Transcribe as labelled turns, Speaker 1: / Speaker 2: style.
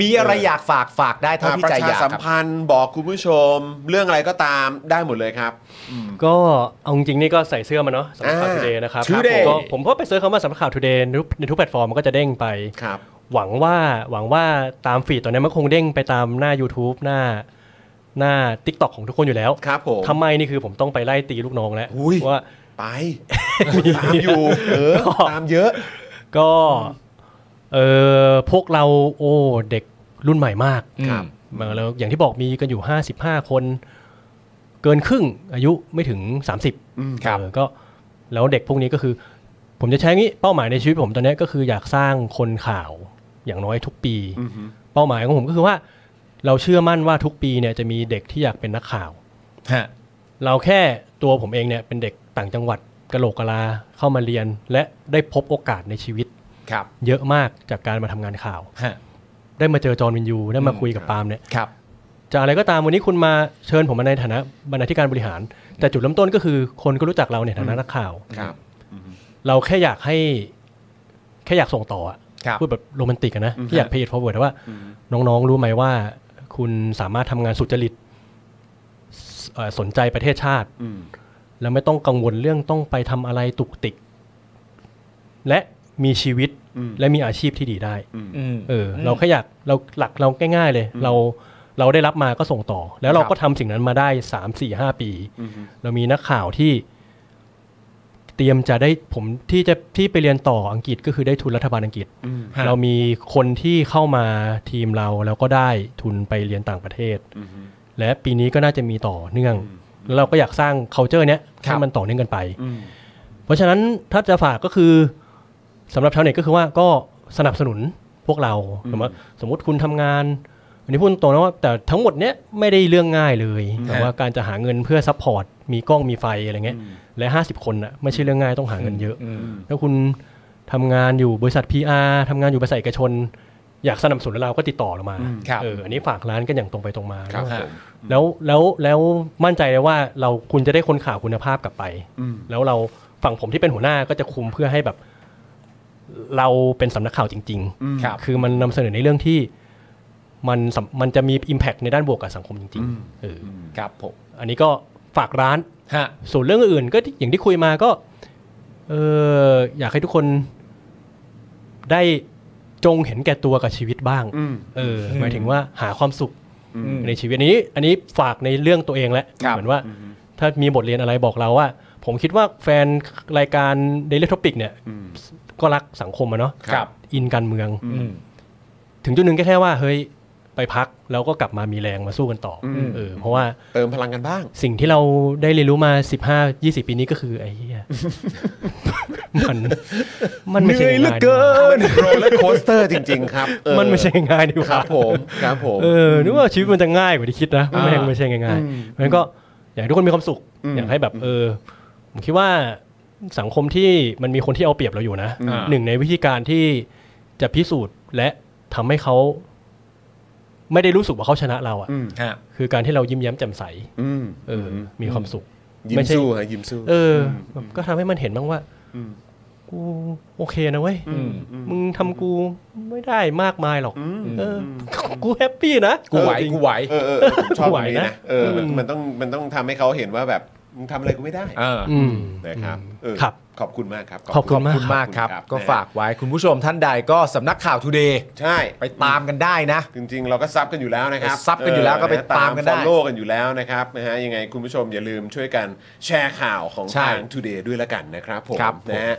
Speaker 1: มีอะไรอยากฝากฝากได้เท่า
Speaker 2: อ่า
Speaker 1: ที่
Speaker 2: ประ
Speaker 1: ใจ
Speaker 2: ชาย
Speaker 1: อาก
Speaker 2: สัม
Speaker 1: ครับ
Speaker 2: พันธ์บอกคุณผู้ชม เรื่องอะไรก็ตามได้หมดเลยครับ
Speaker 3: ก็เอาจริงๆนี่ก็ใส่เสื้อมาเนาะสำหรับข่าว
Speaker 2: อ่า
Speaker 3: ทูเดย์นะครับ
Speaker 2: Today
Speaker 3: ผมก็ผมก็ไปเสิร์ชคำว่าสำหรับข่าวทูเดย์ในทุกแพลตฟอร์มมันก็จะเด้งไป
Speaker 2: ครับ
Speaker 3: หวังว่าหวังว่าตามฟีดตอนนี้มันคงเด้งไปตามหน้า YouTube หน้าหน้า t i k t o k ของทุกคนอยู่แล้ว
Speaker 2: ครับผม
Speaker 3: ทำไมนี่คือผมต้องไปไล่ตีลูกน้องแล้ว
Speaker 2: อุ้ย
Speaker 3: ว่า
Speaker 2: ไป ตามอยู่เออตามเยอะ
Speaker 3: ก็เออพวกเราโอ้เด็กรุ่นใหม่มาก
Speaker 1: ครับ
Speaker 3: เออแล้วอย่างที่บอกมีกันอยู่ 55 คน เกินครึ่งอายุไม่ถึง 30
Speaker 2: อืม
Speaker 3: เออก็แล้วเด็กพวกนี้ก็คือ ผมจะใช้งี้เป้าหมายในชีวิตผมตอนเนี้ยก็คืออยากสร้างคนข่าวอย่างน้อยทุกปี เป้าหมายของผมก็คือว่า เราเชื่อมั่นว่าทุกปีเนี่ยจะมีเด็กที่อยากเป็นนักข่าว
Speaker 1: ฮะ
Speaker 3: เราแค่ตัวผมเองเนี่ยเป็นเด็กต่างจังหวัดกะโหลกกะลาเข้ามาเรียน และได้พบโอกาสในชีวิต
Speaker 1: ครับ
Speaker 3: เยอะมากจากการมาทำงานข่าว
Speaker 1: ฮะ
Speaker 3: ได้มาเจอจอร์นวินยู ได้มาคุยกับปาล์มเนี่ย
Speaker 1: ครับ
Speaker 3: จะอะไรก็ตามวันนี้คุณมาเชิญผมมาในฐานะบรรณาธิการบริหาร แต่จุดเริ่มต้นก็คือคนก็รู้จักเราในฐานะนักข่าว
Speaker 2: ครับ
Speaker 3: เราแค่อยากให้ แค่อยากส่งต่ออะ
Speaker 1: ครับ
Speaker 3: พูดแบบโรแมนติกอะนะที่อยากเพย์ o อ w a r d ว่า น้องๆรู้ไหมว่า คุณสามารถทำงานสุจริตสเอ่อสนใจประเทศชาติ
Speaker 2: อืม
Speaker 3: แล้วไม่ต้องกังวลเรื่องต้องไปทำอะไรตุกติก และมีชีวิตและมีอาชีพที่ดีได้
Speaker 1: อืม
Speaker 3: เออเราแค่อยากเราหลักเราง่ายๆเลย เราเราได้รับมาก็ส่งต่อ แล้วเราก็ทำสิ่งนั้นมาได้สามสี่ห้าปี เรามีนักข่าวที่เตรียมจะได้ผมที่จะที่ไปเรียนต่ออังกฤษก็คือได้ทุนรัฐบาลอังกฤษ
Speaker 1: ฮะ
Speaker 3: เรามีคนที่เข้ามาทีมเราแล้วก็ได้ทุนไปเรียนต่างประเทศ และปีนี้ก็น่าจะมีต่อเนื่อง แล้วเราก็อยากสร้าง c u l t u r e เนี้ยให้มันต่อเนื่องกันไป เพราะฉะนั้นถ้าจะฝากก็คือสำหรับชาวเน็ตก็คือว่าก็สนับสนุนพวกเราสมมติสมมติคุณทำงานอันนี้พูดตรงนะว่าแต่ทั้งหมดเนี้ยไม่ได้เรื่องง่ายเลย แต่ว่าการจะหาเงินเพื่อซัพพอร์ตมีกล้องมีไฟอะไรเงี้ยและ 50 คนอ่ะไม่ใช่เรื่องง่ายต้องหาเงินเยอะ แล้วคุณทำงานอยู่บริษัท PR ทำงานอยู่บริษัทเอกชน อยากสนับสนุนเราก็ติดต่อเรามา
Speaker 1: ครับ
Speaker 3: เอออันนี้ฝากร้านกันอย่างตรงไปตรงมา
Speaker 2: ครับผม
Speaker 3: แล้วแล้วแล้วมั่นใจเลยว่าเราคุณจะได้คนข่าวคุณภาพกลับไป
Speaker 2: อืม
Speaker 3: แล้วเราฝั่งผมที่เป็นหัวหน้าก็จะคุมเพื่อให้แบบ เราเป็นสำนักข่าวจริง
Speaker 1: ครับ
Speaker 3: ๆ คือมันนำเสนอในเรื่องที่มันสำมันจะมี Impact ในด้านบวกกับสังคมจริงๆเอออ
Speaker 1: ครับผม
Speaker 3: อันนี้ก็ฝากร้าน
Speaker 1: ฮะ
Speaker 3: ส่วนเรื่องอื่นๆก็อย่างที่คุยมาก็ เอออยากให้ทุกคนได้จงเห็นแก่ตัวกับชีวิตบ้าง
Speaker 2: อืม
Speaker 3: เออหมายถึงว่าหาความสุข
Speaker 2: อื
Speaker 1: ม
Speaker 3: ในชีวิตอันนี้ อันนี้ฝากในเรื่องตัวเองแหละ
Speaker 1: ครับ
Speaker 3: เหมือนว่าถ้ามีบทเรียนอะไรบอกเราว่า ผมคิดว่าแฟนรายการ Daily Topic เนี่ย
Speaker 2: อืม
Speaker 3: ก็รักสังคมอะเนาะ
Speaker 1: ครับ
Speaker 3: อินการเมือง
Speaker 1: อืม
Speaker 3: ถึงจุดหนึ่งก็แค่ว่าเฮ้ยไปพักแล้วก็กลับมามีแรงมาสู้กันต่ออ
Speaker 2: ม
Speaker 3: เออเพราะว่า
Speaker 2: เติมพลังกันบ้าง
Speaker 3: สิ่งที่เราได้เรียนรู้มา 15 20 ปีนี้ก็คือไอ้เหี้ย มัน มันไม่ใช่
Speaker 1: เหนื่อยเหลือ
Speaker 3: ง่าย
Speaker 1: เกิ
Speaker 2: มันโรลเลอร์โคสเตอร์จริง ๆ ครับเออ
Speaker 3: มันไม่ใช่ง่ายดีก
Speaker 2: ครั
Speaker 3: ว่า
Speaker 2: บผมครับผม
Speaker 3: เออนึกว่าชีวิตมันจะง่ายกว่าที่คิดนะแม่งไม่ใช่ง่ายๆเพราะฉะนั้นก็อยากให้ทุกคนมีความสุข อยากให้แบบเออผมคิดว่าสังคมที่มันมีคนที่เอาเปรียบเราอยู่นะ
Speaker 1: อ่า
Speaker 3: หนึ่งในวิธีการที่จะพิสูจน์และทำให้เขาไม่ได้รู้สึกว่าเขาชนะเราอ่ะ
Speaker 2: อืม
Speaker 1: ฮะ
Speaker 3: คือการที่เรายิ้มแย้มแจ่มใส
Speaker 2: อืม
Speaker 3: เอออมีความสุข
Speaker 2: ยิ้
Speaker 3: ไม่
Speaker 2: ม
Speaker 3: ใช่
Speaker 2: สู้ฮะยิ้มสู้
Speaker 3: เอออก็ทำให้มันเห็นบ้างว่า
Speaker 2: อืม
Speaker 3: กูโอเคนะเว้ย
Speaker 1: อืม
Speaker 3: มึงทำกูไม่ได้มากมายหรอกเอออกูแฮปปี้นะ
Speaker 1: กูไหว กูไหว
Speaker 2: เออเออเออผมชอบตรงนี้
Speaker 3: ไห
Speaker 2: นะ
Speaker 3: วนะ
Speaker 2: เออมันมันต้องมันต้องทำให้เขาเห็นว่าแบบมึงทำอะไรกูไม่ได้
Speaker 1: เออ
Speaker 3: อืม
Speaker 2: นะครับเออ
Speaker 3: ครับ
Speaker 2: ขอบคุณมากครับ
Speaker 3: ขอบคุณ
Speaker 1: ขอบคุณมากครับ ก็ฝากไว้คุณผู้ชมท่านใดก็สำนักข่าวทูเดย์
Speaker 2: ใช่
Speaker 1: ไปตามกันได้นะ
Speaker 2: จริง ๆ เราก็ซับกันอยู่แล้วนะครับ
Speaker 1: ซับกันอยู่แล้วก็ไปตามกันได้
Speaker 2: ฟอลโล่กันอยู่แล้วนะครับนะฮะยังไงคุณผู้ชมอย่าลืมช่วยกันแชร์ข่าวของ
Speaker 1: ใช่
Speaker 2: ทาง Today ด้วยละกันนะครับผม
Speaker 1: ครับผม
Speaker 2: นะฮะ